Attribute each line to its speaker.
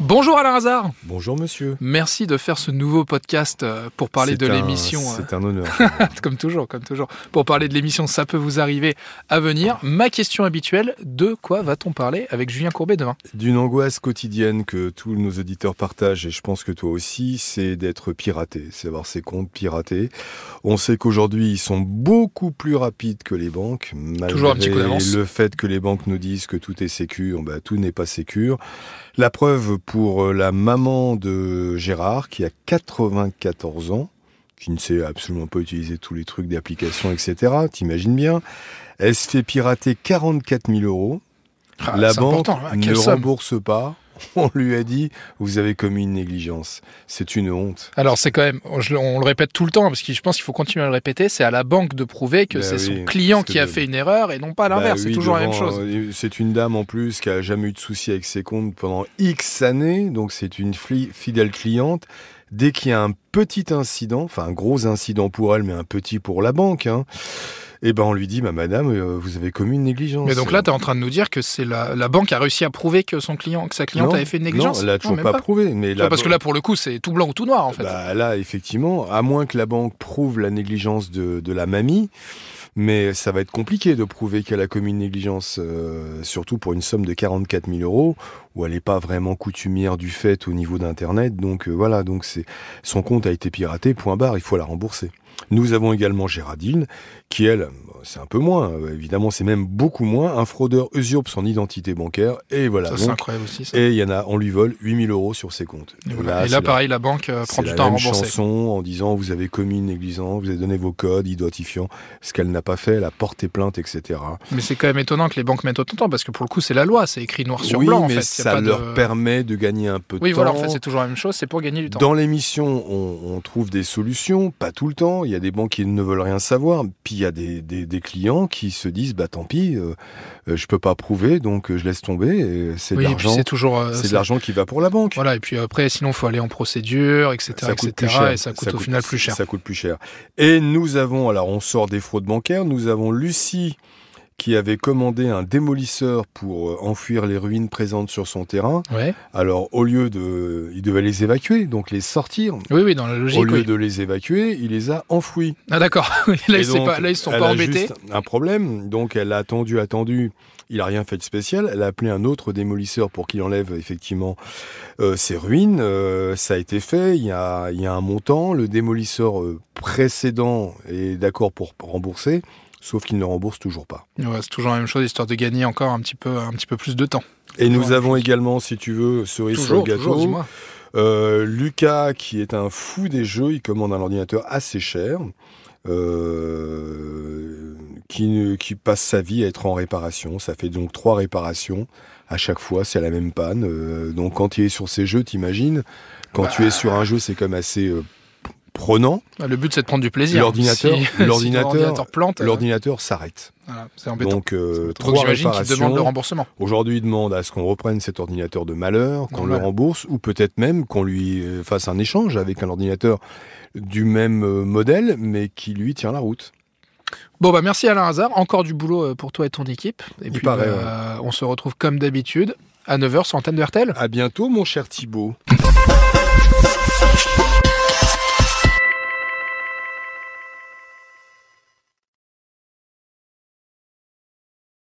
Speaker 1: Bonjour Alain Hazard.
Speaker 2: Bonjour monsieur.
Speaker 1: Merci de faire ce nouveau podcast euh, pour parler
Speaker 2: C'est
Speaker 1: de
Speaker 2: un-
Speaker 1: l'émission. euh,
Speaker 2: C'est un honneur.
Speaker 1: comme toujours, comme toujours. Pour parler de l'émission Ça peut vous arriver à venir. Ma question habituelle de quoi va-t-on parler avec Julien Courbet demain
Speaker 2: D'une angoisse quotidienne que tous nos auditeurs partagent, et je pense que toi aussi, c'est d'être piraté, c'est avoir ses comptes piratés. On sait qu'aujourd'hui, ils sont beaucoup plus rapides que les banques, malgré
Speaker 1: Toujours un petit coup d'avance.
Speaker 2: le fait que les banques nous disent que tout est sécure, bah, tout n'est pas sécure. La preuve pour euh, la maman de Gérard, qui a 94 ans, qui ne sait absolument pas utiliser tous les trucs d'application, etc., t'imagines bien, elle se fait pirater 44 000 euros.
Speaker 1: Ah,
Speaker 2: La
Speaker 1: c'est
Speaker 2: banque
Speaker 1: important, hein,
Speaker 2: ne
Speaker 1: quelle somme
Speaker 2: rembourse pas. On lui a dit, vous avez commis une négligence. C'est une honte.
Speaker 1: Alors c'est quand même, je le- on le répète tout le temps, parce que je pense qu'il faut continuer à le répéter, c'est à la banque de prouver que
Speaker 2: Bah
Speaker 1: c'est son
Speaker 2: oui,
Speaker 1: client
Speaker 2: parce que
Speaker 1: qui a
Speaker 2: de-
Speaker 1: fait une erreur et non pas l'inverse,
Speaker 2: Bah
Speaker 1: c'est
Speaker 2: oui,
Speaker 1: toujours la
Speaker 2: devant,
Speaker 1: même chose.
Speaker 2: euh, C'est une dame en plus qui a jamais eu de souci avec ses comptes pendant X années, donc c'est une fli- fidèle cliente. Dès qu'il y a un petit incident, enfin un gros incident pour elle, mais un petit pour la banque, hein, eh ben on lui dit, bah, madame, euh, vous avez commis une négligence.
Speaker 1: Mais donc là, tu es en train de nous dire que c'est la, la banque a réussi à prouver que son client, que sa cliente
Speaker 2: Non,
Speaker 1: avait fait une négligence Ah,
Speaker 2: Non, elle a toujours
Speaker 1: même
Speaker 2: pas, prouvé. Mais
Speaker 1: Tu vois,
Speaker 2: la
Speaker 1: parce que
Speaker 2: banque-
Speaker 1: là, pour le coup, c'est tout blanc ou tout noir, en fait.
Speaker 2: Bah, là, effectivement, à moins que la banque prouve la négligence de, de la mamie, mais ça va être compliqué de prouver qu'elle a commis une négligence, euh, surtout pour une somme de 44 000 euros, où elle n'est pas vraiment coutumière du fait au niveau d'Internet. Donc euh, voilà, donc c'est son compte a été piraté, point barre, il faut la rembourser. Nous avons également Géraldine, qui elle, c'est un peu moins, euh, évidemment, c'est même beaucoup moins. Un fraudeur usurpe son identité bancaire, et voilà.
Speaker 1: ça,
Speaker 2: donc,
Speaker 1: c'est incroyable aussi. Ça.
Speaker 2: et il y en a, on lui vole 8 000 euros sur ses comptes.
Speaker 1: Et, voilà. Et là,
Speaker 2: c'est la-
Speaker 1: pareil, la banque euh, prend
Speaker 2: c'est
Speaker 1: du
Speaker 2: la
Speaker 1: temps à
Speaker 2: même
Speaker 1: rembourser.
Speaker 2: chanson en disant vous avez commis une négligence, vous avez donné vos codes identifiants, ce qu'elle n'a pas fait, elle a porté plainte, etc.
Speaker 1: Mais c'est quand même étonnant que les banques mettent autant de temps, parce que pour le coup, c'est la loi, c'est écrit noir sur
Speaker 2: oui,
Speaker 1: blanc, en fait.
Speaker 2: mais
Speaker 1: Y a
Speaker 2: ça
Speaker 1: pas de-
Speaker 2: leur permet de gagner un peu de
Speaker 1: Oui,
Speaker 2: temps.
Speaker 1: voilà, en fait, c'est toujours la même chose, c'est pour gagner du temps.
Speaker 2: Dans l'émission, on, on trouve des solutions, pas tout le temps. Il y a des banques qui ne veulent rien savoir. Puis il y a des, des- des clients qui se disent bah tant pis, euh, euh, je peux pas prouver, donc euh, je laisse tomber. et C'est de
Speaker 1: oui, et puis
Speaker 2: l'argent,
Speaker 1: c'est toujours. euh,
Speaker 2: c'est de
Speaker 1: ça-
Speaker 2: l'argent qui va pour la banque.
Speaker 1: Voilà, et puis après, sinon, faut aller en procédure, etc.
Speaker 2: ça coûte
Speaker 1: etc.,
Speaker 2: plus cher.
Speaker 1: Et ça coûte au final plus cher.
Speaker 2: Ça coûte plus cher. Et nous avons, alors on sort des fraudes bancaires, nous avons Lucie qui avait commandé un démolisseur pour euh, enfuir les ruines présentes sur son terrain.
Speaker 1: Ouais.
Speaker 2: Alors au lieu de... Il devait les évacuer, donc les sortir.
Speaker 1: Oui, oui, dans la
Speaker 2: au
Speaker 1: logique.
Speaker 2: lieu
Speaker 1: oui.
Speaker 2: de les évacuer, il les a enfouis.
Speaker 1: Ah, d'accord. là,
Speaker 2: Et
Speaker 1: ils sont
Speaker 2: donc,
Speaker 1: pas- là, ils sont
Speaker 2: elle
Speaker 1: pas
Speaker 2: a
Speaker 1: embêtés.
Speaker 2: juste un problème, donc elle a attendu, attendu. Il a rien fait de spécial. Elle a appelé un autre démolisseur pour qu'il enlève effectivement euh, ses ruines. Euh, ça a été fait. Il y a, il y a un montant. Le démolisseur euh, précédent est d'accord pour rembourser, sauf qu'il ne rembourse toujours pas.
Speaker 1: Ouais, c'est toujours la même chose, histoire de gagner encore un petit peu, un petit peu plus de temps.
Speaker 2: Et
Speaker 1: Toujours
Speaker 2: nous
Speaker 1: la
Speaker 2: avons également, si tu veux, cerise
Speaker 1: toujours,
Speaker 2: sur le
Speaker 1: toujours,
Speaker 2: gâteau.
Speaker 1: dis-moi.
Speaker 2: Euh, Lucas, qui est un fou des jeux, il commande un ordinateur assez cher, euh, qui, ne- qui passe sa vie à être en réparation. Ça fait donc trois réparations. À chaque fois, c'est la même panne. Euh, donc quand il est sur ces jeux, t'imagines, quand tu es sur un jeu, c'est comme assez euh, prenant.
Speaker 1: Ah, Le but, Bah. c'est de prendre du plaisir.
Speaker 2: L'ordinateur-
Speaker 1: Si- si
Speaker 2: l'ordinateur-
Speaker 1: l'ordinateur plante, euh,
Speaker 2: L'ordinateur s'arrête.
Speaker 1: voilà, c'est embêtant.
Speaker 2: Donc, euh,
Speaker 1: Donc
Speaker 2: trois
Speaker 1: j'imagine qu'il demande le
Speaker 2: réparations.
Speaker 1: remboursement.
Speaker 2: Aujourd'hui, il demande à ce qu'on reprenne cet ordinateur de malheur, qu'on le
Speaker 1: Normal.
Speaker 2: rembourse, ou peut-être même qu'on lui euh, fasse un échange avec un ordinateur du même euh, modèle, mais qui lui tient la route.
Speaker 1: Bon bah merci Alain Hazard, encore du boulot euh, pour toi et ton équipe. Et
Speaker 2: Il
Speaker 1: puis
Speaker 2: paraît,
Speaker 1: bah, on se retrouve comme d'habitude à 9h sur Antenne de RTL.
Speaker 2: À bientôt, mon cher Thibault.